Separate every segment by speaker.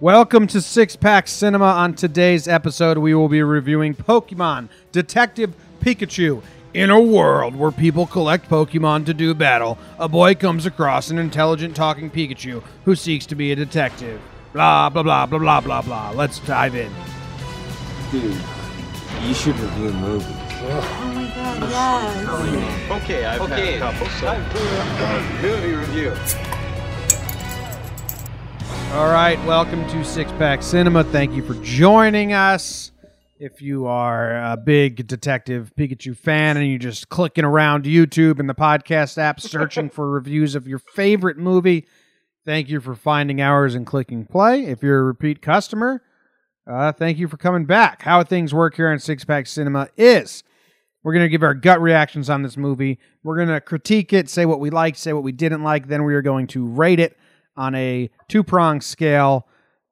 Speaker 1: Welcome to Six Pack Cinema. On today's episode, we will be reviewing Pokemon Detective Pikachu. In a world where people collect Pokemon to do battle, a boy comes across an intelligent talking Pikachu who seeks to be a detective. Blah, blah, blah, blah, blah, blah, blah. Let's dive in.
Speaker 2: Dude, you should review movies.
Speaker 3: Oh my god, yes.
Speaker 4: Okay, I've
Speaker 2: Okay.
Speaker 4: had a couple, so
Speaker 2: Movie review.
Speaker 1: All right, welcome to Six Pack Cinema. Thank you for joining us. If you are a big Detective Pikachu fan and you're just clicking around YouTube and the podcast app searching for reviews of your favorite movie, thank you for finding ours and clicking play. If you're a repeat customer, uh, thank you for coming back. How things work here on Six Pack Cinema is we're going to give our gut reactions on this movie. We're going to critique it, say what we liked, say what we didn't like. Then we are going to rate it on a two prong scale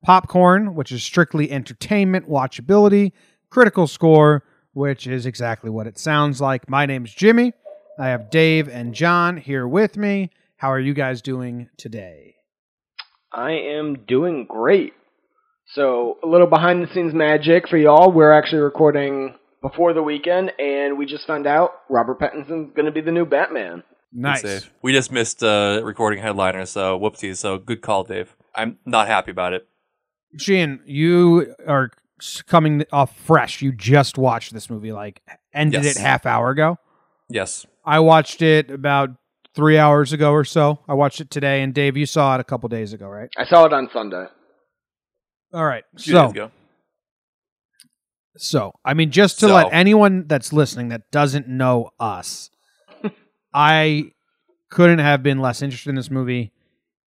Speaker 1: popcorn, which is strictly entertainment, watchability, critical score, which is exactly what it sounds like. My name's Jimmy. I have Dave and John here with me. How are you guys doing today?
Speaker 5: I am doing great. So, a little behind the scenes magic for y'all. We're actually recording before the weekend, and we just found out Robert Pattinson's going to be the new Batman.
Speaker 1: Nice.
Speaker 6: Good save. We just missed uh, recording headliner, so whoopsie. So good call, Dave. I'm not happy about it.
Speaker 1: Sheehan, you are s- coming off fresh. You just watched this movie, like ended
Speaker 6: Yes.
Speaker 1: it half hour ago.
Speaker 6: Yes,
Speaker 1: I watched it about three hours ago or so. I watched it today, and Dave, you saw it a couple days ago, right?
Speaker 5: I saw it on Sunday.
Speaker 1: All right.
Speaker 6: two
Speaker 1: so,
Speaker 6: days ago.
Speaker 1: so I mean, just to
Speaker 6: So.
Speaker 1: let anyone that's listening that doesn't know us, I couldn't have been less interested in this movie,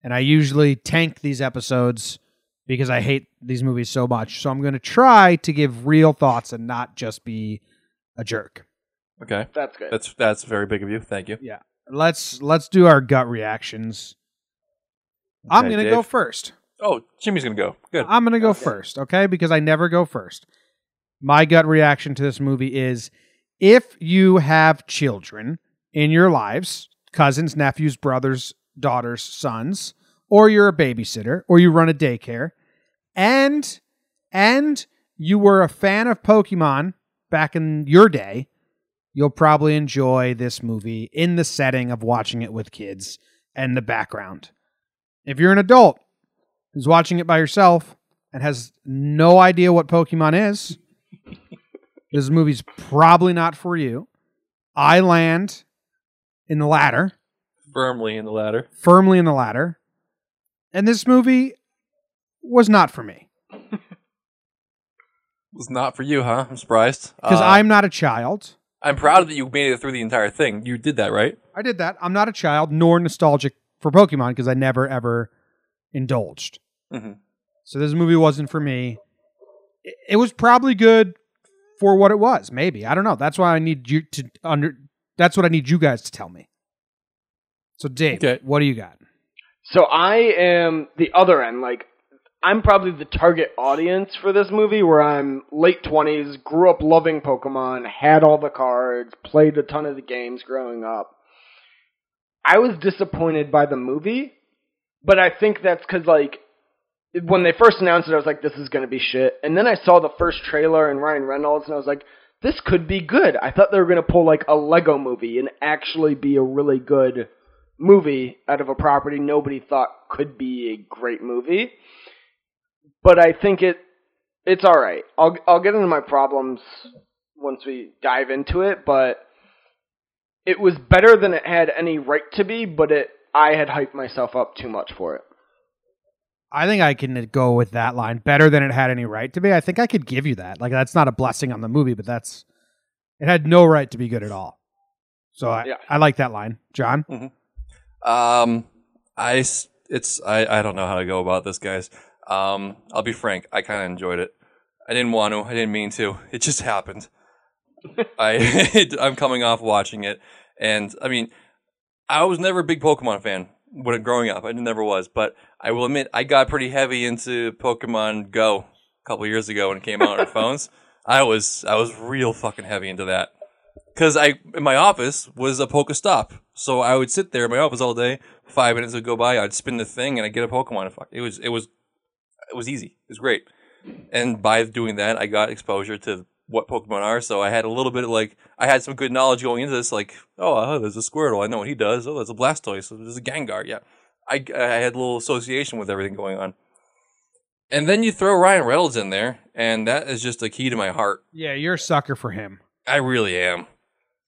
Speaker 1: and I usually tank these episodes because I hate these movies so much. So I'm going to try to give real thoughts and not just be a jerk.
Speaker 6: Okay,
Speaker 5: That's good.
Speaker 6: that's that's very big of you. Thank you.
Speaker 1: Let's let's do our gut reactions. I'm
Speaker 6: Okay,
Speaker 1: going to
Speaker 6: Dave.
Speaker 1: go first.
Speaker 6: Oh, Jimmy's gonna go. Good.
Speaker 1: I'm going to go first, okay? Because I never go first. My gut reaction to this movie is if you have children in your lives, cousins, nephews, brothers, daughters, sons, or you're a babysitter or you run a daycare and and you were a fan of Pokemon back in your day, you'll probably enjoy this movie in the setting of watching it with kids and the background. If you're an adult who's watching it by yourself and has no idea what Pokemon is, this movie's probably not for you. I land in the latter,
Speaker 6: Firmly in the ladder.
Speaker 1: firmly in the latter. And this movie was not for me
Speaker 6: Was not for you, huh? I'm surprised.
Speaker 1: because
Speaker 6: Uh,
Speaker 1: I'm not a child.
Speaker 6: I'm proud that you made it through the entire thing. You did that, right?
Speaker 1: I did that. I'm not a child nor nostalgic for Pokemon because I never ever indulged.
Speaker 6: Mhm.
Speaker 1: So this movie wasn't for me. I- It was probably good for what it was. Maybe I don't know. That's why I need you to under. That's what I need you guys to tell me. So Dave,
Speaker 6: Okay.
Speaker 1: what do you got?
Speaker 5: So I am the other end. Like, I'm probably the target audience for this movie where I'm late 20s, grew up loving Pokemon, had all the cards, played a ton of the games growing up. I was disappointed by the movie, but I think that's because, like, when they first announced it, I was like, this is going to be shit. And then I saw the first trailer and Ryan Reynolds, and I was like, this could be good. I thought they were going to pull, like, a Lego movie and actually be a really good movie out of a property nobody thought could be a great movie. But I think it it's all right. I'll I'll get into my problems once we dive into it, but it was better than it had any right to be, but it I had hyped myself up too much for it.
Speaker 1: I think I can go with that line better than it had any right to be. I think I could give you that. Like that's not a blessing on the movie, but that's it had no right to be good at all. So I,
Speaker 5: Yeah.
Speaker 1: I like that line, John.
Speaker 6: Um, I s- it's I I don't know how to go about this, guys. Um, I'll be frank. I kind of enjoyed it. I didn't want to. I didn't mean to. It just happened. I I'm coming off watching it, and I mean, I was never a big Pokemon fan when growing up. I never was, but I will admit I got pretty heavy into Pokemon Go a couple years ago when it came out on phones. I was I was real fucking heavy into that because I in my office was a Pokestop, so I would sit there in my office all day. Five minutes would go by, I'd spin the thing, and I'd get a Pokemon. Fuck, it was it was it was easy. It was great. And by doing that, I got exposure to what Pokemon are. So I had a little bit of like, I had some good knowledge going into this. Like, oh, uh, there's a Squirtle. I know what he does. Oh, there's a Blastoise. Oh, there's a Gengar. Yeah. I, I had a little association with everything going on. And then you throw Ryan Reynolds in there, and that is just a key to my heart.
Speaker 1: Yeah, you're a sucker for him.
Speaker 6: I really am.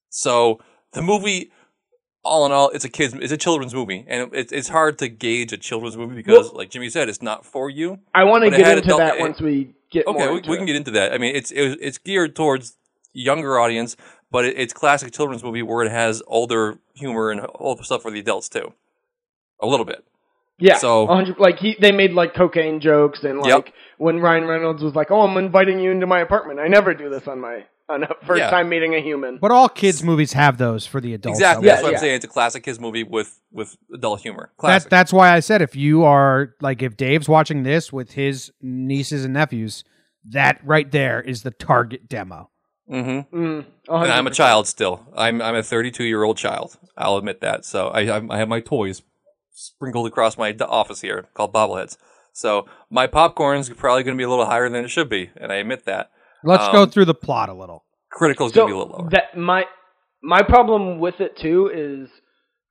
Speaker 6: So the movie, all in all, it's a kids, it's a children's movie, and it, it's hard to gauge a children's movie because, like Jimmy said, it's not for you.
Speaker 5: I want to
Speaker 6: But it had
Speaker 5: get into
Speaker 6: adult-
Speaker 5: that
Speaker 6: it-
Speaker 5: once we get
Speaker 6: Okay,
Speaker 5: more
Speaker 6: we,
Speaker 5: into
Speaker 6: we
Speaker 5: it.
Speaker 6: can get into that. I mean, it's it, it's geared towards younger audience, but it, it's classic children's movie where it has older humor and all the stuff for the adults too, a little bit.
Speaker 5: Yeah.
Speaker 6: So-
Speaker 5: So, like he, they made like cocaine jokes and like
Speaker 6: Yep.
Speaker 5: when Ryan Reynolds was like, "Oh, I'm inviting you into my apartment. I never do this on my on a first
Speaker 6: Yeah.
Speaker 5: time meeting a human."
Speaker 1: But all kids' movies have those for the adults. I
Speaker 6: Exactly,
Speaker 5: Yeah,
Speaker 6: that's what
Speaker 5: yeah.
Speaker 6: I'm saying. It's a classic kids movie with with adult humor.
Speaker 1: That,
Speaker 6: Classic.
Speaker 1: that's why I said if you are like if Dave's watching this with his nieces and nephews, that right there is the target demo.
Speaker 6: hmm
Speaker 5: Mm,
Speaker 6: And I'm a
Speaker 5: 100%.
Speaker 6: child still. I'm I'm a 32 year old child. I'll admit that. So I I, I have my toys sprinkled across my d- office here called bobbleheads. So my popcorn's probably going to be a little higher than it should be, and I admit that.
Speaker 1: Let's go
Speaker 6: Um,
Speaker 1: through the plot a little.
Speaker 6: Critical's
Speaker 5: So
Speaker 6: going to be a little lower.
Speaker 5: that my my problem with it too is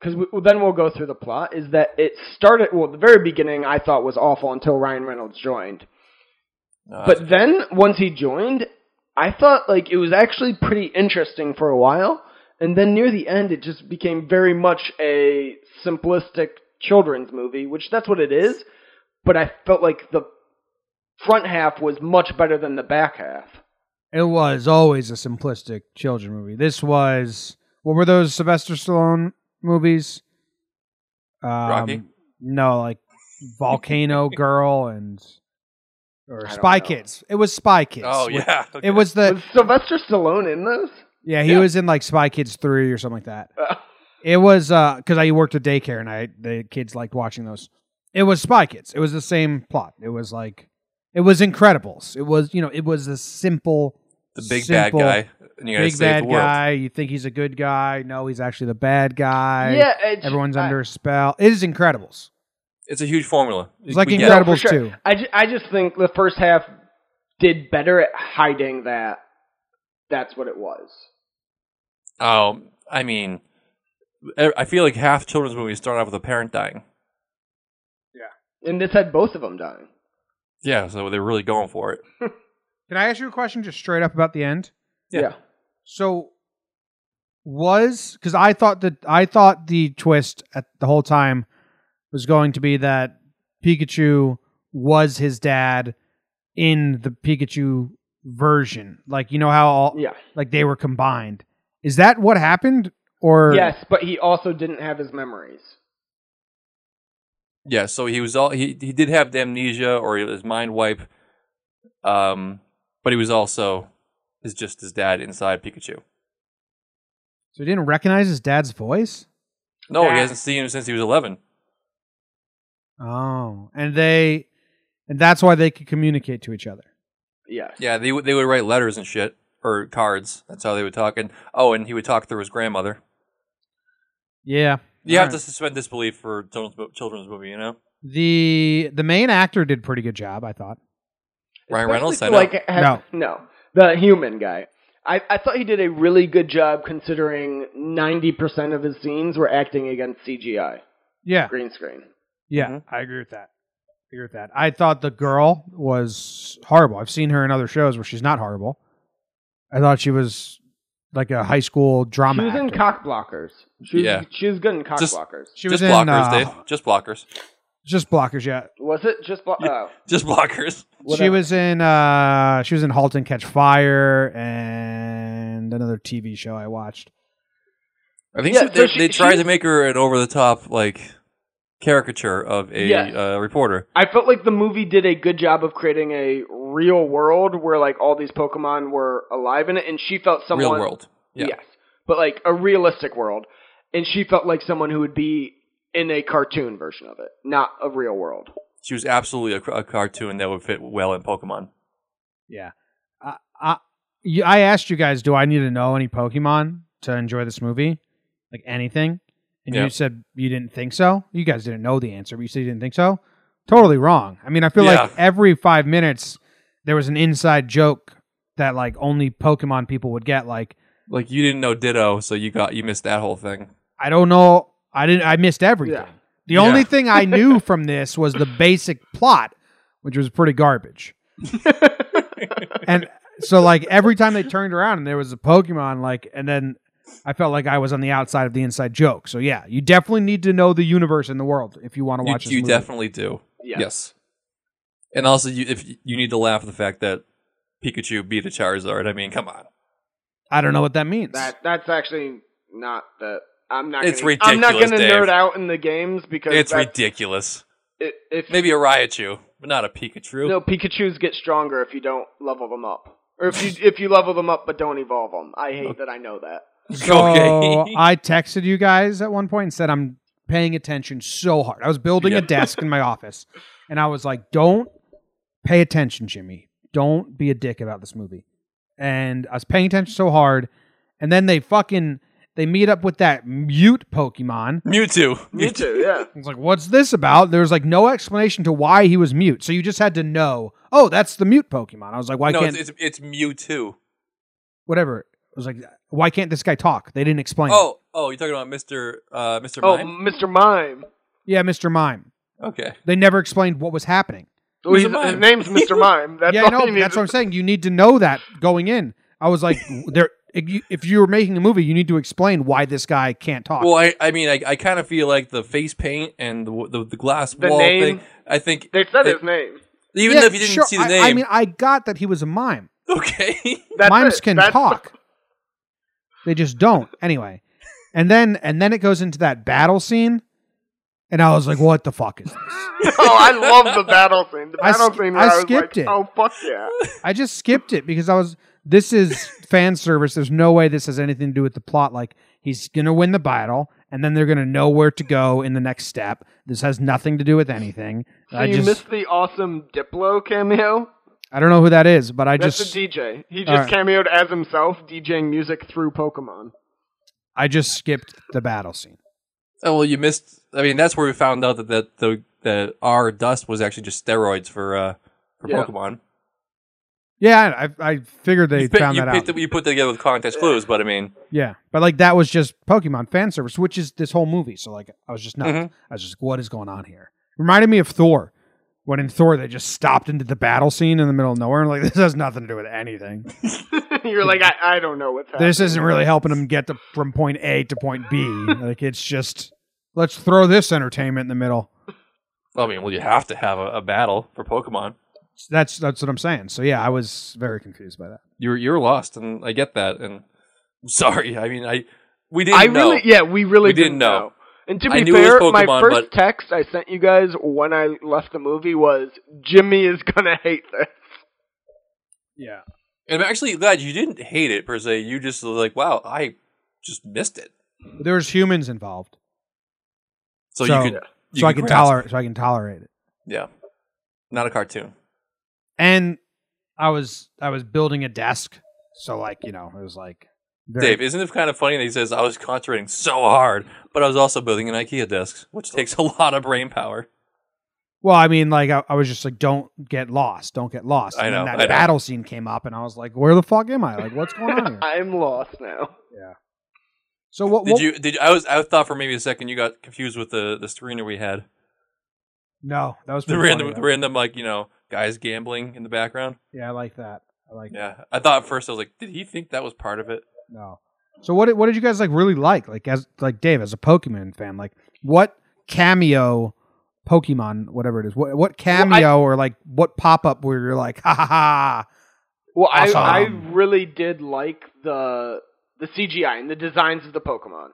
Speaker 5: because we, then we'll go through the plot is that it started well the very beginning I thought was awful until Ryan Reynolds joined,
Speaker 6: Uh,
Speaker 5: but then once he joined, I thought like it was actually pretty interesting for a while, and then near the end it just became very much a simplistic children's movie, which that's what it is. But I felt like the front half was much better than the back half.
Speaker 1: It was always a simplistic children movie. This was what were those Sylvester Stallone movies? Um,
Speaker 6: Rocky?
Speaker 1: No, like Volcano Girl and
Speaker 5: I
Speaker 1: or
Speaker 5: don't
Speaker 1: Spy
Speaker 5: know.
Speaker 1: Kids. It was Spy Kids.
Speaker 6: oh yeah, okay.
Speaker 1: It was the
Speaker 5: Was Sylvester Stallone in those?
Speaker 1: Yeah, he
Speaker 6: Yeah.
Speaker 1: was in like Spy Kids three or something like that.
Speaker 5: Uh.
Speaker 1: it was because I worked at daycare and I the kids liked watching those. It was Spy Kids. It was the same plot. It was like it was Incredibles. It was you know it was a simple
Speaker 6: the big
Speaker 1: simple,
Speaker 6: bad guy. And you got to
Speaker 1: big
Speaker 6: save
Speaker 1: bad
Speaker 6: the world.
Speaker 1: guy. You think he's a good guy? No, he's actually the bad guy.
Speaker 5: yeah, it's,
Speaker 1: everyone's
Speaker 5: I-
Speaker 1: under a spell. It is Incredibles.
Speaker 6: It's a huge formula.
Speaker 1: It's like
Speaker 6: We get it.
Speaker 5: No, for
Speaker 1: Incredibles
Speaker 5: sure.
Speaker 1: two.
Speaker 5: I, ju- I just think the first half did better at hiding that. That's what it was.
Speaker 6: Um, I mean, E, I I feel like half children's movies start off with a parent dying.
Speaker 5: And this had both of them dying.
Speaker 6: Yeah, so they're really going for it.
Speaker 1: Can I ask you a question just straight up about the end?
Speaker 6: Yeah.
Speaker 1: So was because I thought that I thought the twist at the whole time was going to be that Pikachu was his dad in the Pikachu version. Like you know how all
Speaker 5: Yeah.
Speaker 1: like they were combined. Is that what happened? Or
Speaker 5: Yes, but he also didn't have his memories.
Speaker 6: Yeah, so he was all he he did have the amnesia or his mind wipe, um, but he was also is just his dad inside Pikachu.
Speaker 1: so he didn't recognize his dad's voice?
Speaker 6: No, he
Speaker 5: Yeah.
Speaker 6: hasn't seen him since he was eleven.
Speaker 1: Oh. And they and that's why they could communicate to each other.
Speaker 5: Yes.
Speaker 6: Yeah, they would they would write letters and shit or cards. That's how they would talk. And oh, and he would talk through his grandmother.
Speaker 1: Yeah.
Speaker 6: You
Speaker 1: All
Speaker 6: have
Speaker 1: right.
Speaker 6: to suspend disbelief for children's mo- children's movie, you know.
Speaker 1: the the main actor did pretty good job, I thought.
Speaker 6: Ryan
Speaker 5: Especially
Speaker 6: Reynolds, I
Speaker 5: for,
Speaker 6: know.
Speaker 5: Like, ha- no. The human guy. I, I thought he did a really good job considering 90% of his scenes were acting against CGI,
Speaker 1: Yeah.
Speaker 5: green screen.
Speaker 1: Yeah,
Speaker 6: Mm-hmm.
Speaker 1: I agree with that. I agree with that. I thought the girl was horrible. I've seen her in other shows where she's not horrible. I thought she was like a high school
Speaker 5: She
Speaker 1: drama.
Speaker 5: was in
Speaker 1: actor.
Speaker 5: cock blockers. She was,
Speaker 6: Yeah.
Speaker 5: she was good in cock
Speaker 6: Just-
Speaker 5: blockers.
Speaker 1: she was
Speaker 6: just
Speaker 1: in
Speaker 6: blockers,
Speaker 1: uh,
Speaker 6: Dave. Just blockers.
Speaker 1: just blockers. Yeah,
Speaker 5: Was it just blo- oh,
Speaker 6: Just blockers.
Speaker 1: she
Speaker 5: whatever.
Speaker 1: was in uh, she was in *Halt and Catch Fire* and another TV show I watched.
Speaker 6: I think
Speaker 5: Yeah,
Speaker 6: so- they,
Speaker 5: so she-
Speaker 6: they tried
Speaker 5: she-
Speaker 6: to make her an over the top like caricature of a
Speaker 5: Yes.
Speaker 6: uh, reporter.
Speaker 5: I felt like the movie did a good job of creating a real world where like all these Pokemon were alive in it, and she felt someone
Speaker 6: Real world. Yeah.
Speaker 5: yes, but like a realistic world, and she felt like someone who would be in a cartoon version of it, not a real world.
Speaker 6: She was absolutely a, c- a cartoon that would fit well in Pokemon.
Speaker 1: Yeah, I, I you- I asked you guys, do I need to know any Pokemon to enjoy this movie, like anything? And you
Speaker 6: Yeah.
Speaker 1: said you didn't think so. You guys didn't know the answer, but you said you didn't think so. totally wrong. I mean, I feel
Speaker 6: Yeah.
Speaker 1: like every five minutes there was an inside joke that like only Pokemon people would get. Like,
Speaker 6: Like you didn't know Ditto, so you got you missed that whole thing.
Speaker 1: I don't know, I didn't, I missed everything.
Speaker 5: Yeah.
Speaker 1: The
Speaker 6: Yeah.
Speaker 1: only thing I knew from this was the basic plot, which was pretty garbage. and so, like every time they turned around and there was a Pokemon, like, and then I felt like I was on the outside of the inside joke. So yeah, you definitely need to know the universe and the world if you want to
Speaker 6: You,
Speaker 1: watch. this
Speaker 6: you
Speaker 1: movie.
Speaker 6: definitely do.
Speaker 5: Yeah.
Speaker 6: Yes. And also, you if you you need to laugh at the fact that Pikachu beat a Charizard. I mean, come on.
Speaker 1: I don't know what that means.
Speaker 5: That that's actually not that. I'm not.
Speaker 6: It's
Speaker 5: gonna, I'm not
Speaker 6: ridiculous,
Speaker 5: going to
Speaker 6: Dave.
Speaker 5: nerd out in the games because
Speaker 6: It's
Speaker 5: that's-
Speaker 6: ridiculous.
Speaker 5: it- if
Speaker 6: Maybe a Raichu, but not a Pikachu.
Speaker 5: no Pikachu's get stronger if you don't level them up, or if you if you level them up but don't evolve them. I hate that I know that.
Speaker 1: So
Speaker 6: Okay.
Speaker 1: I texted you guys at one point and said I'm paying attention so hard. I was building
Speaker 6: Yeah.
Speaker 1: a desk in my office, and I was like, "Don't pay attention, Jimmy. Don't be a dick about this movie." And I was paying attention so hard, and then they fucking they meet up with that mute Pokemon.
Speaker 6: Mewtwo.
Speaker 5: Me too. Yeah.
Speaker 1: I was like, "What's this about?" There was like no explanation to why he was mute, so you just had to know. Oh, that's the mute Pokemon. I was like, "Why
Speaker 6: no,
Speaker 1: can't
Speaker 6: it's, it's it's Mewtwo.
Speaker 1: whatever?" I was like, "Why can't this guy talk?" They didn't explain. it.
Speaker 6: Oh, oh, you're talking about Mr. Uh, Mr.
Speaker 5: Oh,
Speaker 6: Mime?
Speaker 5: Mr. Mime.
Speaker 1: yeah, Mister Mime.
Speaker 6: Okay.
Speaker 1: They never explained what was happening.
Speaker 5: Well,
Speaker 6: Who's
Speaker 5: he's-
Speaker 6: the mime?
Speaker 5: his name's Mr. Mime. That's
Speaker 1: yeah,
Speaker 5: all
Speaker 1: I know.
Speaker 5: you
Speaker 1: but
Speaker 5: need
Speaker 1: That's
Speaker 5: to-
Speaker 1: what I'm saying. You need to know that going in. I was like, there. If you, if you were making a movie, you need to explain why this guy can't talk.
Speaker 6: Well, I, I mean, I, I kind of feel like the face paint and the the, the glass
Speaker 5: The
Speaker 6: wall
Speaker 5: name?
Speaker 6: thing. I think
Speaker 5: They said
Speaker 6: They-
Speaker 5: his name.
Speaker 6: even
Speaker 1: Yeah,
Speaker 6: if you didn't
Speaker 1: sure,
Speaker 6: see the
Speaker 1: I-
Speaker 6: name,
Speaker 1: I, mean, I got that he was a mime.
Speaker 6: okay.
Speaker 5: That's
Speaker 1: Mimes
Speaker 5: it.
Speaker 1: can
Speaker 5: That's-
Speaker 1: talk. They just don't. Anyway, and then and then it goes into that battle scene, and I was like, what the fuck is this?
Speaker 5: No, I love the battle scene. The
Speaker 1: I
Speaker 5: battle
Speaker 1: sk-
Speaker 5: scene.
Speaker 1: I
Speaker 5: Where I, was
Speaker 1: skipped
Speaker 5: like,
Speaker 1: it.
Speaker 5: Oh fuck yeah!
Speaker 1: I just skipped it because I was. This is fan service. There's no way this has anything to do with the plot. Like he's gonna win the battle, and then they're gonna know where to go in the next step. This has nothing to do with anything.
Speaker 5: So
Speaker 1: I
Speaker 5: you
Speaker 1: just
Speaker 5: missed the awesome Diplo cameo.
Speaker 1: I don't know who that is, but I
Speaker 5: That's
Speaker 1: just
Speaker 5: a DJ. He
Speaker 1: All
Speaker 5: just cameoed as himself, DJing music through Pokemon.
Speaker 1: I just skipped the battle scene.
Speaker 6: Oh well, you missed. I mean, that's where we found out that that the that our dust was actually just steroids for uh for
Speaker 5: Yeah.
Speaker 6: Pokemon.
Speaker 1: Yeah, I, I figured they
Speaker 6: you pick-
Speaker 1: found
Speaker 6: you
Speaker 1: that
Speaker 6: picked
Speaker 1: out.
Speaker 6: it- you put that together with context clues, but I mean,
Speaker 1: yeah, but like that was just Pokemon fan service, which is this whole movie. So like, I was just not.
Speaker 6: Mhm.
Speaker 1: I was just, what is going on here? Reminded me of Thor. When in Thor, they just stopped into the battle scene in the middle of nowhere, and like this has nothing to do with anything.
Speaker 5: You're like, I, I don't know what's happening.
Speaker 1: this isn't really helping him get to, from point A to point B. like it's just let's throw this entertainment in the middle.
Speaker 6: I mean, well, you have to have a, a battle for Pokemon.
Speaker 1: That's that's what I'm saying. So yeah, I was very confused by that.
Speaker 6: You're you're lost, and I get that. And I'm sorry, I mean, I we didn't
Speaker 5: I
Speaker 6: know.
Speaker 5: really, yeah, we really
Speaker 6: We didn't
Speaker 5: didn't,
Speaker 6: know.
Speaker 5: know. And to
Speaker 6: I
Speaker 5: be
Speaker 6: knew it
Speaker 5: fair,
Speaker 6: was
Speaker 5: my
Speaker 6: Pokemon,
Speaker 5: first
Speaker 6: but-
Speaker 5: text I sent you guys when I left the movie was Jimmy is gonna hate this.
Speaker 1: Yeah.
Speaker 6: And I'm actually glad you didn't hate it per se. You just were like, wow, I just missed it.
Speaker 1: There's humans involved.
Speaker 6: So,
Speaker 1: So-
Speaker 6: you could, you
Speaker 1: so I
Speaker 6: could
Speaker 1: can
Speaker 6: grasp-
Speaker 1: tolerate so I can tolerate it.
Speaker 6: Yeah, not a cartoon.
Speaker 1: And I was I was building a desk. So like, you know, it was like very-
Speaker 6: Dave, isn't it kind of funny that he says I was concentrating so hard, but I was also building an IKEA desk, which takes a lot of brain power.
Speaker 1: Well, I mean, like I, I was just like, don't get lost, don't get lost.
Speaker 6: I
Speaker 1: And then
Speaker 6: know,
Speaker 1: that
Speaker 6: I know.
Speaker 1: battle scene came up, and I was like, where the fuck am I? Like, what's going on here?
Speaker 5: I'm lost now.
Speaker 1: So what?
Speaker 6: Did
Speaker 1: what
Speaker 6: you? Did you- I was? I thought for maybe a second you got confused with the the screener we had,
Speaker 1: no, that was
Speaker 6: the
Speaker 1: pretty
Speaker 6: random
Speaker 1: funny,
Speaker 6: the
Speaker 1: though.
Speaker 6: random like you know guys gambling in the background.
Speaker 1: Yeah, I like that. I like that.
Speaker 6: Yeah, I thought at first I was like, did he think that was part of it?
Speaker 1: No. So what? did- What did you guys like really like? Like as like Dave, as a Pokemon fan, like what cameo, Pokemon, whatever it is, what what cameo or like what pop up where you're like, ha ha ha.
Speaker 5: Well,
Speaker 1: Awesome.
Speaker 5: I I really did like the the CGI and the designs of the Pokemon.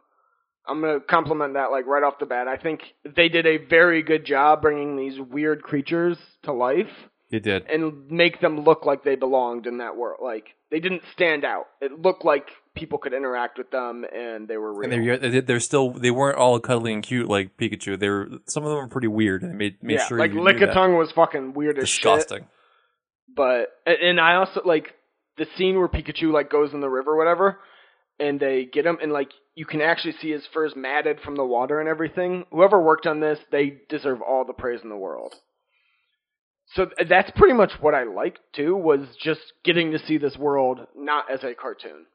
Speaker 5: I'm gonna compliment that like right off the bat. I think they did a very good job bringing these weird creatures to life
Speaker 6: He did.
Speaker 5: and make them look like they belonged in that world. Like they didn't stand out. It looked like people could interact with them and they were real.
Speaker 6: And they're they're- they're still they weren't all cuddly and cute like Pikachu. They were some of them were pretty weird. and made made
Speaker 5: yeah,
Speaker 6: sure
Speaker 5: like
Speaker 6: you knew that.
Speaker 5: Lickitung was fucking weird as shit.
Speaker 6: disgusting.
Speaker 5: But and- and I also like the scene where Pikachu like goes in the river, or whatever, and they get him, and like you can actually see his fur's matted from the water and everything. Whoever worked on this, they deserve all the praise in the world. so th- that's pretty much what I liked too was just getting to see this world not as a cartoon.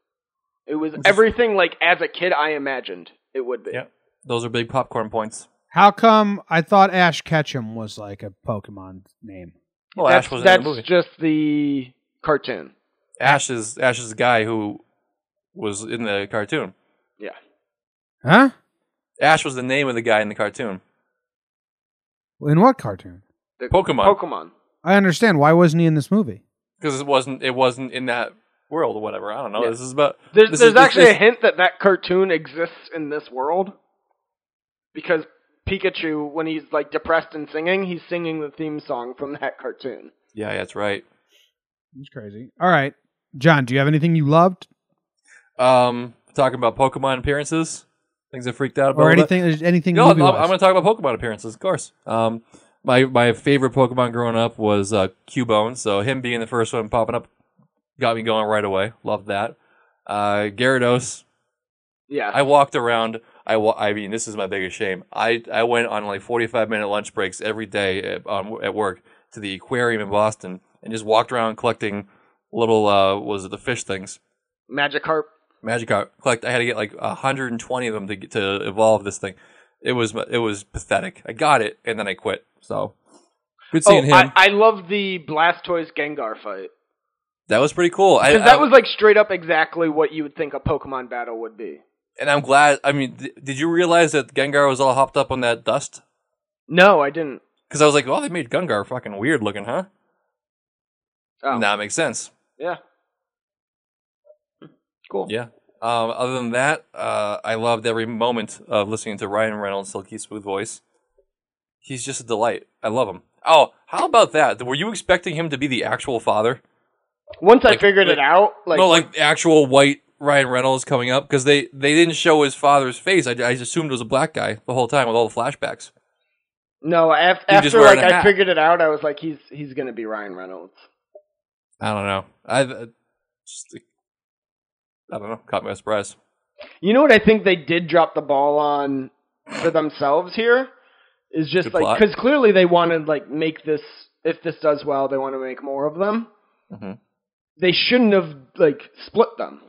Speaker 5: It was everything like as a kid I imagined it would be.
Speaker 6: Yeah. Those are big popcorn points.
Speaker 1: How come I thought Ash Ketchum was like a Pokemon name?
Speaker 6: Well,
Speaker 5: that's
Speaker 6: Ash was
Speaker 5: that's
Speaker 6: in the movie.
Speaker 5: just the cartoon.
Speaker 6: Ash is Ash is the guy who was in the cartoon.
Speaker 5: Yeah.
Speaker 1: Huh?
Speaker 6: Ash was the name of the guy in the cartoon.
Speaker 1: In what cartoon?
Speaker 5: The
Speaker 6: Pokemon.
Speaker 5: Pokemon.
Speaker 1: I understand. Why wasn't he in this movie?
Speaker 6: because it wasn't it wasn't in that world or whatever. I don't know.
Speaker 5: Yeah.
Speaker 6: This is about
Speaker 5: There's,
Speaker 6: this
Speaker 5: there's
Speaker 6: is- this
Speaker 5: actually
Speaker 6: is-
Speaker 5: a hint that that cartoon exists in this world because Pikachu, when he's like depressed and singing, he's singing the theme song from that cartoon.
Speaker 6: yeah, yeah, that's right.
Speaker 1: It's crazy. All right. John, do you have anything you loved?
Speaker 6: Um, talking about Pokemon appearances, things I freaked out about.
Speaker 1: Or
Speaker 6: a little bit.
Speaker 1: anything anything
Speaker 6: No, I'm,
Speaker 1: movie-wise?
Speaker 6: I'm going to talk about Pokemon appearances, of course. Um, my my favorite Pokemon growing up was uh, Cubone, so him being the first one popping up got me going right away. Loved that. Uh, Gyarados,
Speaker 5: Yeah.
Speaker 6: I walked around. I, wa- I mean, this is my biggest shame. I, I went on like 45 minute lunch breaks every day at, um, at work to the aquarium in Boston and just walked around collecting little, uh, what was it the fish things?
Speaker 5: Magikarp.
Speaker 6: Magikarp. Collect. I had to get like 120 of them to get, to evolve this thing. It was it was pathetic. I got it and then I quit. So good
Speaker 5: Oh,
Speaker 6: seeing him.
Speaker 5: I, I love the Blastoise Gengar fight.
Speaker 6: that was pretty cool. I,
Speaker 5: Because
Speaker 6: I-
Speaker 5: that was like straight up exactly what you would think a Pokemon battle would be.
Speaker 6: and I'm glad. I mean, th- did you realize that Gengar was all hopped up on that dust?
Speaker 5: No, I didn't.
Speaker 6: Because I was like, oh, they made Gengar fucking weird looking, huh?
Speaker 5: Oh,
Speaker 6: Now it makes sense.
Speaker 5: yeah. Cool.
Speaker 6: Yeah. Um, other than that, uh, I loved every moment of listening to Ryan Reynolds' silky smooth voice. He's just a delight. I love him. Oh, how about that? Were you expecting him to be the actual father?
Speaker 5: Once I
Speaker 6: Like-
Speaker 5: figured it
Speaker 6: like-
Speaker 5: out, like,
Speaker 6: no, like actual white Ryan Reynolds coming up because they they didn't show his father's face. I, I just assumed it was a black guy the whole time with all the flashbacks.
Speaker 5: no, af-
Speaker 6: He was just
Speaker 5: after like
Speaker 6: wearing a
Speaker 5: I
Speaker 6: hat.
Speaker 5: figured it out, I was like, he's he's gonna be Ryan Reynolds.
Speaker 6: I don't know. I uh, just I don't know. Caught me by surprise.
Speaker 5: You know what I think they did drop the ball on for themselves here is just
Speaker 6: Good
Speaker 5: like
Speaker 6: plot.
Speaker 5: because clearly they wanted like make this if this does well they want to make more of them.
Speaker 6: Mhm.
Speaker 5: They shouldn't have like split them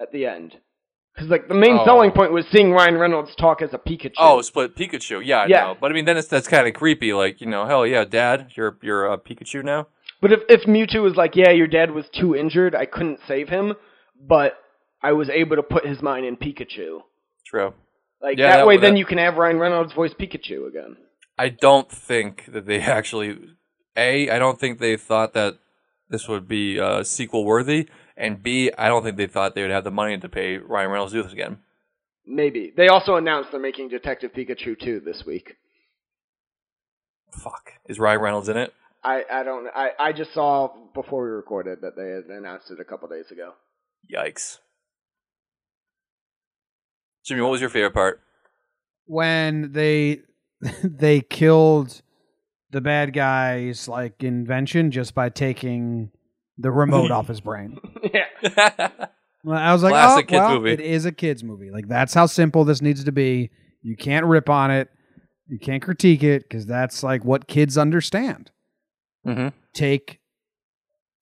Speaker 5: at the end because like the main
Speaker 6: Oh.
Speaker 5: selling point was seeing Ryan Reynolds talk as a Pikachu.
Speaker 6: Oh, split Pikachu. Yeah, I
Speaker 5: Yeah.
Speaker 6: know. But I mean, then it's that's kind of creepy. Like you know, hell yeah, Dad, you're you're a Pikachu now.
Speaker 5: but if if Mewtwo was like, yeah, your dad was too injured, I couldn't save him, but I was able to put his mind in Pikachu.
Speaker 6: True.
Speaker 5: Like
Speaker 6: Yeah,
Speaker 5: that,
Speaker 6: that
Speaker 5: way,
Speaker 6: would-
Speaker 5: then you can have Ryan Reynolds voice Pikachu again.
Speaker 6: I don't think that they actually a. I don't think they thought that this would be uh, sequel worthy, and b. I don't think they thought they would have the money to pay Ryan Reynolds to do this again.
Speaker 5: Maybe. They also announced they're making Detective Pikachu 2 this week.
Speaker 6: Fuck, is Ryan Reynolds in it?
Speaker 5: I, I don't I, I just saw before we recorded that they had announced it a couple days ago.
Speaker 6: Yikes. Jimmy, what was your favorite part?
Speaker 1: when they they killed the bad guy's like invention just by taking the remote off his brain.
Speaker 5: yeah.
Speaker 1: Well, I was like,
Speaker 6: Classic
Speaker 1: oh,
Speaker 6: kids
Speaker 1: well,
Speaker 6: movie.
Speaker 1: it is a kids movie. Like that's how simple this needs to be. You can't rip on it. You can't critique it because that's like what kids understand.
Speaker 6: mm-hmm.
Speaker 1: Take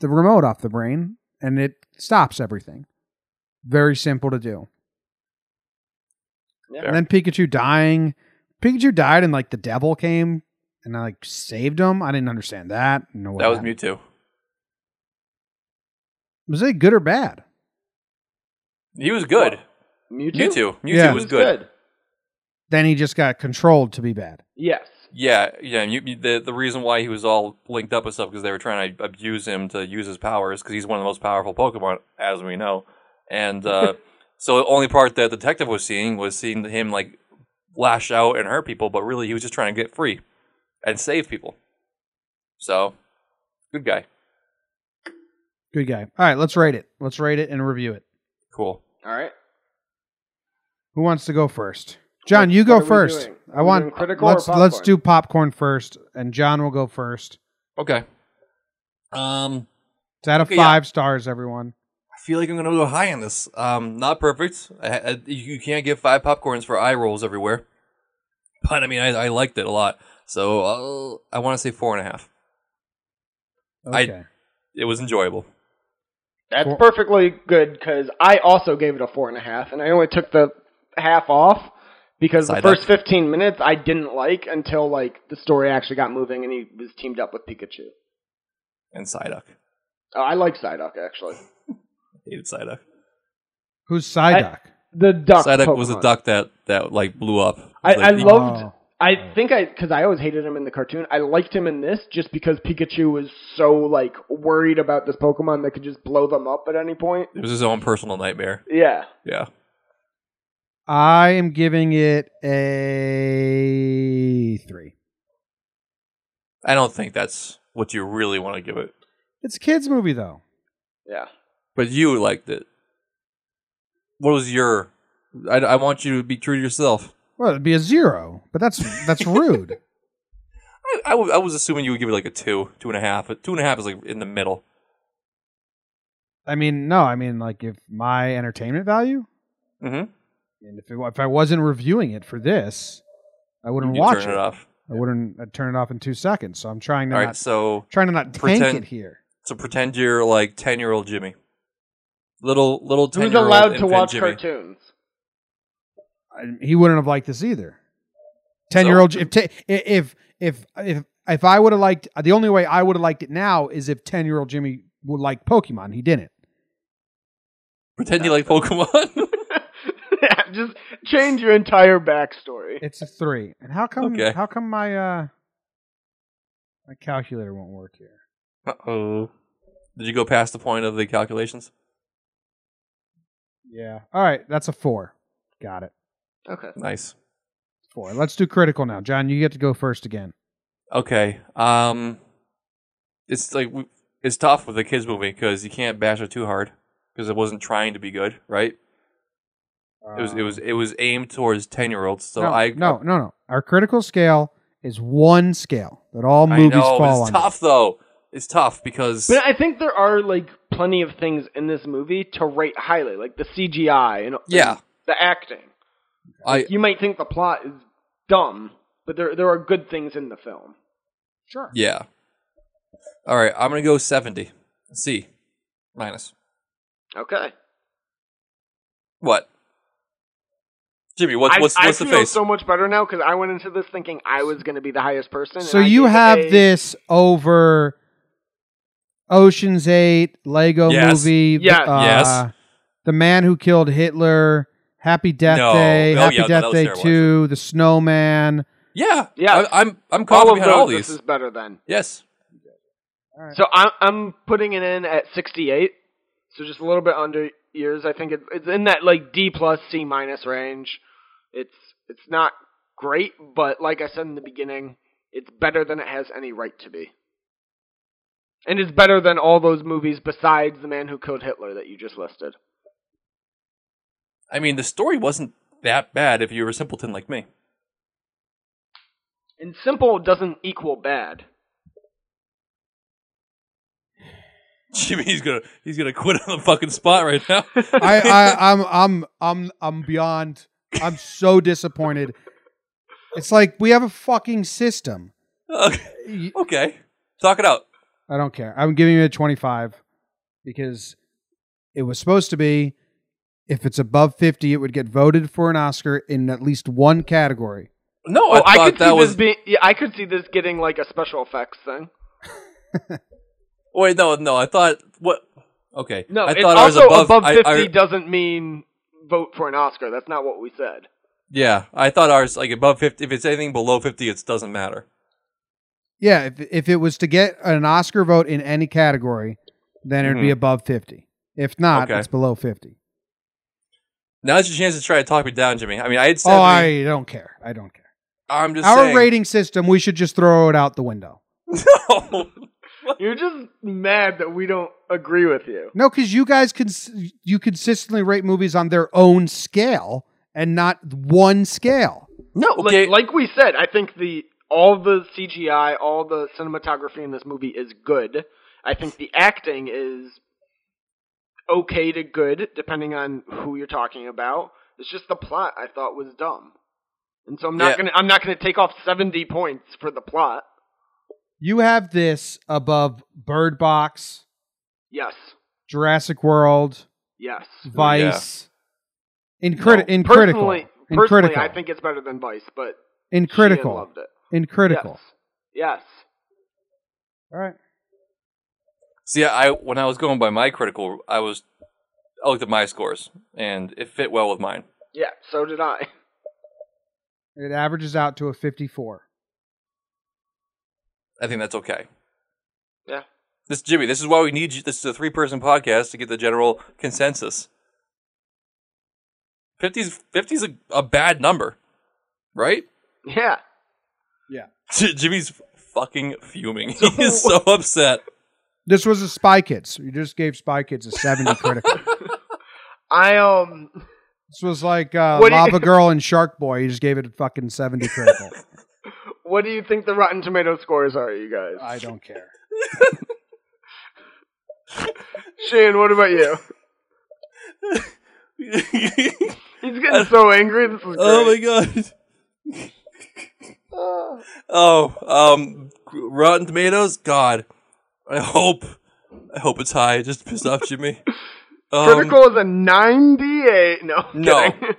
Speaker 1: the remote off the brain, and it stops everything. Very simple to do.
Speaker 5: Yeah.
Speaker 1: And then Pikachu dying. Pikachu died, and like the devil came and like saved him. I didn't understand that. No,
Speaker 6: That was Mewtwo.
Speaker 1: Was it good or bad?
Speaker 6: He was good.
Speaker 5: Mewtwo?
Speaker 6: Mewtwo. Mewtwo
Speaker 1: Yeah.
Speaker 6: was good.
Speaker 1: Then he just got controlled to be bad.
Speaker 5: Yes.
Speaker 6: Yeah, yeah. You, you- the the reason why he was all linked up with stuff because they were trying to abuse him to use his powers because he's one of the most powerful Pokemon as we know, and uh, so the only part that detective was seeing was seeing him like lash out and hurt people, but really he was just trying to get free and save people. So, good guy,
Speaker 1: Good guy. All right, let's rate it. Let's rate it and review it.
Speaker 6: cool.
Speaker 5: All right.
Speaker 1: Who wants to go first? John, you go
Speaker 5: what are we
Speaker 1: first.
Speaker 5: doing? Are
Speaker 1: I
Speaker 5: we
Speaker 1: want
Speaker 5: doing critical or
Speaker 1: let's let's
Speaker 5: popcorn?
Speaker 1: do popcorn first, and John will go first.
Speaker 6: Okay. Um,
Speaker 1: It's out of
Speaker 6: Okay, yeah.
Speaker 1: five stars, everyone.
Speaker 6: I feel like I'm gonna go high on this. Um, not perfect. I, I, you you can't get five popcorns for eye rolls everywhere, uh, but I mean, I, I liked it a lot. So I'll, I want to say four and a half. I- It was enjoyable.
Speaker 5: That's
Speaker 1: Four-
Speaker 5: perfectly good because I also gave it a four and a half, and I only took the half off because
Speaker 6: Side
Speaker 5: the first
Speaker 6: up.
Speaker 5: fifteen minutes I didn't like until like the story actually got moving and he was teamed up with Pikachu.
Speaker 6: And Psyduck.
Speaker 5: Oh, I like Psyduck actually.
Speaker 6: Hated Psyduck.
Speaker 1: Who's Psyduck?
Speaker 5: The duck.
Speaker 6: Psyduck was a
Speaker 5: Pokemon.
Speaker 6: duck that, that like blew up.
Speaker 5: I-
Speaker 6: Like,
Speaker 5: I
Speaker 6: he-
Speaker 5: love-
Speaker 1: Oh.
Speaker 5: loved- I think I because I always hated him in the cartoon. I liked him in this just because Pikachu was so like worried about this Pokemon that could just blow them up at any point.
Speaker 6: It was his own personal nightmare.
Speaker 5: Yeah,
Speaker 6: Yeah.
Speaker 1: I am giving it a three.
Speaker 6: I don't think that's what you really want to give it.
Speaker 1: It's a kids movie though.
Speaker 5: yeah.
Speaker 6: But you liked it. What was your. I, I want you to be true to yourself.
Speaker 1: Well, it'd be a zero, but that's that's rude.
Speaker 6: I, I, w- I was assuming you would give it like a two, two and a half. But two and a half is like in the middle.
Speaker 1: I mean, no, I mean like if my entertainment value,
Speaker 6: Mm-hmm.
Speaker 1: and if it, if I wasn't reviewing it for this, I wouldn't
Speaker 6: You
Speaker 1: watch
Speaker 6: turn it, off.
Speaker 1: I wouldn't I'd turn it off in two seconds. So I'm trying to
Speaker 6: All
Speaker 1: not
Speaker 6: right, so
Speaker 1: trying to not tank
Speaker 6: pretend-
Speaker 1: it here.
Speaker 6: so pretend you're like ten year old Jimmy, little little ten
Speaker 5: Who's
Speaker 6: year old
Speaker 5: allowed to watch
Speaker 6: Jimmy.
Speaker 5: cartoons?
Speaker 1: I, he wouldn't have liked this either. Ten year old if ta- if if if if I would have liked the only way I would have liked it now is if ten year old Jimmy would like Pokemon. He didn't.
Speaker 6: Pretend you like Pokemon.
Speaker 5: just change your entire backstory.
Speaker 1: It's a three. And how come?
Speaker 6: Okay.
Speaker 1: How come my uh my calculator won't work here?
Speaker 6: oh, did you go past the point of the calculations?
Speaker 1: Yeah. All right. That's a four. Got it.
Speaker 5: Okay.
Speaker 6: Nice.
Speaker 1: Four. Let's do critical now, John. You get to go first again.
Speaker 6: Okay. Um, it's like w- it's tough with a kids movie because you can't bash it too hard because it wasn't trying to be good, right? it was it was it was aimed towards ten year olds. So
Speaker 1: no,
Speaker 6: I
Speaker 1: no no no. Our critical scale is one scale that all
Speaker 6: I
Speaker 1: movies
Speaker 6: know
Speaker 1: fall
Speaker 6: it's
Speaker 1: under.
Speaker 6: tough though. It's tough because
Speaker 5: But I think there are like plenty of things in this movie to rate highly, like the CGI and
Speaker 6: Yeah.
Speaker 5: and the acting.
Speaker 6: I
Speaker 5: You might think the plot is dumb, but there there are good things in the film.
Speaker 1: Sure.
Speaker 6: Yeah. All right, I'm gonna go seventy. C minus
Speaker 5: Okay.
Speaker 6: what? Jimmy, what's
Speaker 5: I,
Speaker 6: what's
Speaker 5: I
Speaker 6: what's the
Speaker 5: feel
Speaker 6: face?
Speaker 5: so much better now because I went into this thinking I was going to be the highest person. and
Speaker 1: So
Speaker 5: I
Speaker 1: you
Speaker 5: gave it
Speaker 1: have
Speaker 5: a-
Speaker 1: this over Ocean's Eight, Lego
Speaker 6: Yes.
Speaker 1: Movie,
Speaker 5: Yes.
Speaker 1: uh,
Speaker 6: Yes.
Speaker 1: The Man Who Killed Hitler, Happy Death
Speaker 6: No.
Speaker 1: Day,
Speaker 6: Oh,
Speaker 1: Happy
Speaker 6: yeah, no,
Speaker 1: Death
Speaker 6: that was
Speaker 1: Day
Speaker 6: terrible,
Speaker 1: Two, The Snowman.
Speaker 6: yeah,
Speaker 5: Yeah.
Speaker 6: I, I'm I'm
Speaker 5: all
Speaker 6: calling
Speaker 5: of
Speaker 6: behind all
Speaker 5: those.
Speaker 6: these.
Speaker 5: This is better than.
Speaker 6: yes,
Speaker 5: So I'm I'm putting it in at 68. So just a little bit under yours. I think it, it's in that like D plus C minus range. It's it's not great, but like I said in the beginning, it's better than it has any right to be. And it's better than all those movies besides The Man Who Killed Hitler that you just listed.
Speaker 6: I mean the story wasn't that bad if you were a simpleton like me.
Speaker 5: And simple doesn't equal bad.
Speaker 6: Jimmy's gonna he's gonna quit on the fucking spot right now.
Speaker 1: I, I, I'm, I'm, I'm, I'm beyond. I'm so disappointed. It's like we have a fucking system.
Speaker 6: okay. okay, talk it out.
Speaker 1: I don't care. I'm giving it a 25 because it was supposed to be. If it's above 50, it would get voted for an Oscar in at least one category.
Speaker 6: No,
Speaker 5: Oh,
Speaker 6: I
Speaker 5: I,
Speaker 6: thought
Speaker 5: could
Speaker 6: that
Speaker 5: see
Speaker 6: was
Speaker 5: this being. Yeah, I could see this getting like a special effects thing.
Speaker 6: wait no no I thought what okay
Speaker 5: No,
Speaker 6: I
Speaker 5: it's
Speaker 6: thought I was
Speaker 5: also
Speaker 6: above, I-
Speaker 5: fifty
Speaker 6: I,
Speaker 5: doesn't mean vote for an Oscar. That's not what we said.
Speaker 6: Yeah, I thought ours like above fifty. If it's anything below fifty, it doesn't matter.
Speaker 1: Yeah, if, if it was to get an Oscar vote in any category, then it would be
Speaker 6: Mhm.
Speaker 1: above 50. If not,
Speaker 6: Okay.
Speaker 1: it's below 50.
Speaker 6: Now's your chance to try to talk me down, Jimmy. I mean, I had
Speaker 1: Oh,
Speaker 6: 70.
Speaker 1: I don't care. I don't care.
Speaker 6: I, am just
Speaker 1: Our
Speaker 6: saying.
Speaker 1: rating system, we should just throw it out the window.
Speaker 6: No.
Speaker 5: You're just mad that we don't agree with you.
Speaker 1: No, because you guys can you consistently rate movies on their own scale and not one scale.
Speaker 6: no.
Speaker 5: Like-
Speaker 6: Okay.
Speaker 5: Like, we said, I think the all the CGI, all the cinematography in this movie is good. I think the acting is okay to good, depending on who you're talking about. It's just the plot I thought was dumb, and so I'm not
Speaker 6: Yeah.
Speaker 5: gonna I'm not gonna take off seventy points for the plot.
Speaker 1: You have this above Bird Box,
Speaker 5: Yes.
Speaker 1: Jurassic World,
Speaker 5: Yes.
Speaker 1: Vice. In, criti- in critical.
Speaker 5: Oh, Personally,
Speaker 1: In
Speaker 5: personally,
Speaker 1: critical.
Speaker 5: I think it's better than Vice, but
Speaker 1: in
Speaker 5: she
Speaker 1: critical.
Speaker 5: loved it.
Speaker 1: In critical.
Speaker 5: Yes.
Speaker 1: All right.
Speaker 6: See, I when I was going by my critical, I was I looked at my scores and it fit well with mine.
Speaker 5: yes. Yeah. So did I.
Speaker 1: It averages out to a 54.
Speaker 6: I think that's okay.
Speaker 5: Yeah.
Speaker 6: This Jimmy, this is why we need you. This is a three-person podcast to get the general consensus. 50's 50's a, a bad number, right?
Speaker 5: Yeah.
Speaker 6: Jimmy's fucking fuming. He is so upset.
Speaker 1: This was a Spy Kids. You just gave Spy Kids a 70 critical.
Speaker 5: I um.
Speaker 1: This was like uh,
Speaker 5: What do you-
Speaker 1: Lava Girl and Shark Boy. You just gave it a fucking 70 critical.
Speaker 5: What do you think the Rotten Tomato scores are, you guys?
Speaker 6: Uh,
Speaker 1: I don't care.
Speaker 5: Shane, what about you? He's getting so angry. This is great.
Speaker 6: uh, oh my god. oh, um, Rotten Tomatoes. God, I hope, I hope it's high. Just piss off Jimmy. Um,
Speaker 5: Critical is a 98. No. I'm
Speaker 6: No.
Speaker 5: kidding.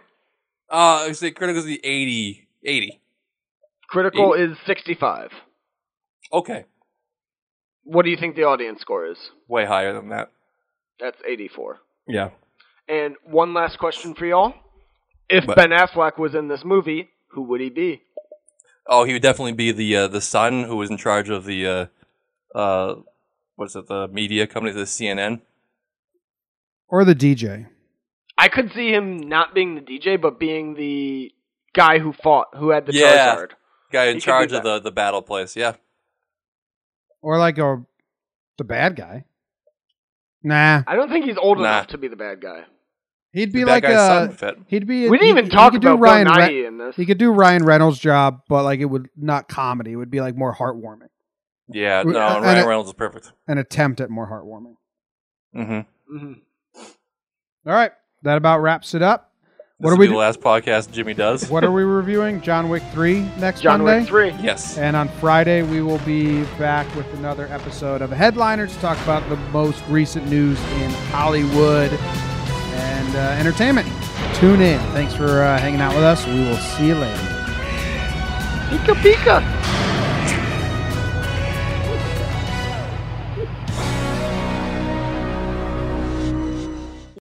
Speaker 6: Uh, I say critical is the 80. 80.
Speaker 5: Critical is 65.
Speaker 6: Okay,
Speaker 5: What do you think the audience score is?
Speaker 6: way higher than that.
Speaker 5: That's 84.
Speaker 6: Yeah.
Speaker 5: And one last question for y'all. If
Speaker 6: What?
Speaker 5: Ben Affleck was in this movie, who would he be?
Speaker 6: Oh, he would definitely be the uh, the son who was in charge of the uh, uh, what's it? The media company, the CNN.
Speaker 1: Or the DJ.
Speaker 5: I could see him not being the DJ, but being the guy who fought, who had the
Speaker 6: Yeah.
Speaker 5: Charizard.
Speaker 6: guy in
Speaker 5: He could do
Speaker 6: charge
Speaker 5: that.
Speaker 6: of the, the battle place. Yeah,
Speaker 1: Or like a the bad guy. Nah.
Speaker 5: I don't think he's old
Speaker 6: Nah.
Speaker 5: enough to be the bad guy.
Speaker 1: He'd be
Speaker 6: The bad
Speaker 1: like uh,
Speaker 6: guy's son
Speaker 1: a
Speaker 6: fit.
Speaker 1: he'd be
Speaker 5: We didn't
Speaker 1: he-
Speaker 5: even
Speaker 1: he
Speaker 5: talk
Speaker 1: could
Speaker 5: about
Speaker 1: do Ryan
Speaker 5: Bill
Speaker 1: Re-
Speaker 5: Nighy in this.
Speaker 1: He could do Ryan Reynolds' job, but like it would not comedy. It would be like more heartwarming.
Speaker 6: Yeah,
Speaker 1: We-
Speaker 6: no,
Speaker 1: uh, and
Speaker 6: Ryan
Speaker 1: it-
Speaker 6: Reynolds is perfect.
Speaker 1: An attempt at more heartwarming.
Speaker 6: Mm-hmm.
Speaker 5: Mhm.
Speaker 1: All right. That about wraps it up. What
Speaker 6: This
Speaker 1: are
Speaker 6: will
Speaker 1: we
Speaker 6: be the
Speaker 1: do-
Speaker 6: last podcast Jimmy does?
Speaker 1: What are we reviewing? John Wick 3 next
Speaker 5: John
Speaker 1: Monday.
Speaker 5: Wick 3.
Speaker 6: yes,
Speaker 1: And on Friday, we will be back with another episode of Headliners to talk about the most recent news in Hollywood and uh, entertainment. Tune in. Thanks for uh, hanging out with us. We will see you later.
Speaker 5: Pika Pika.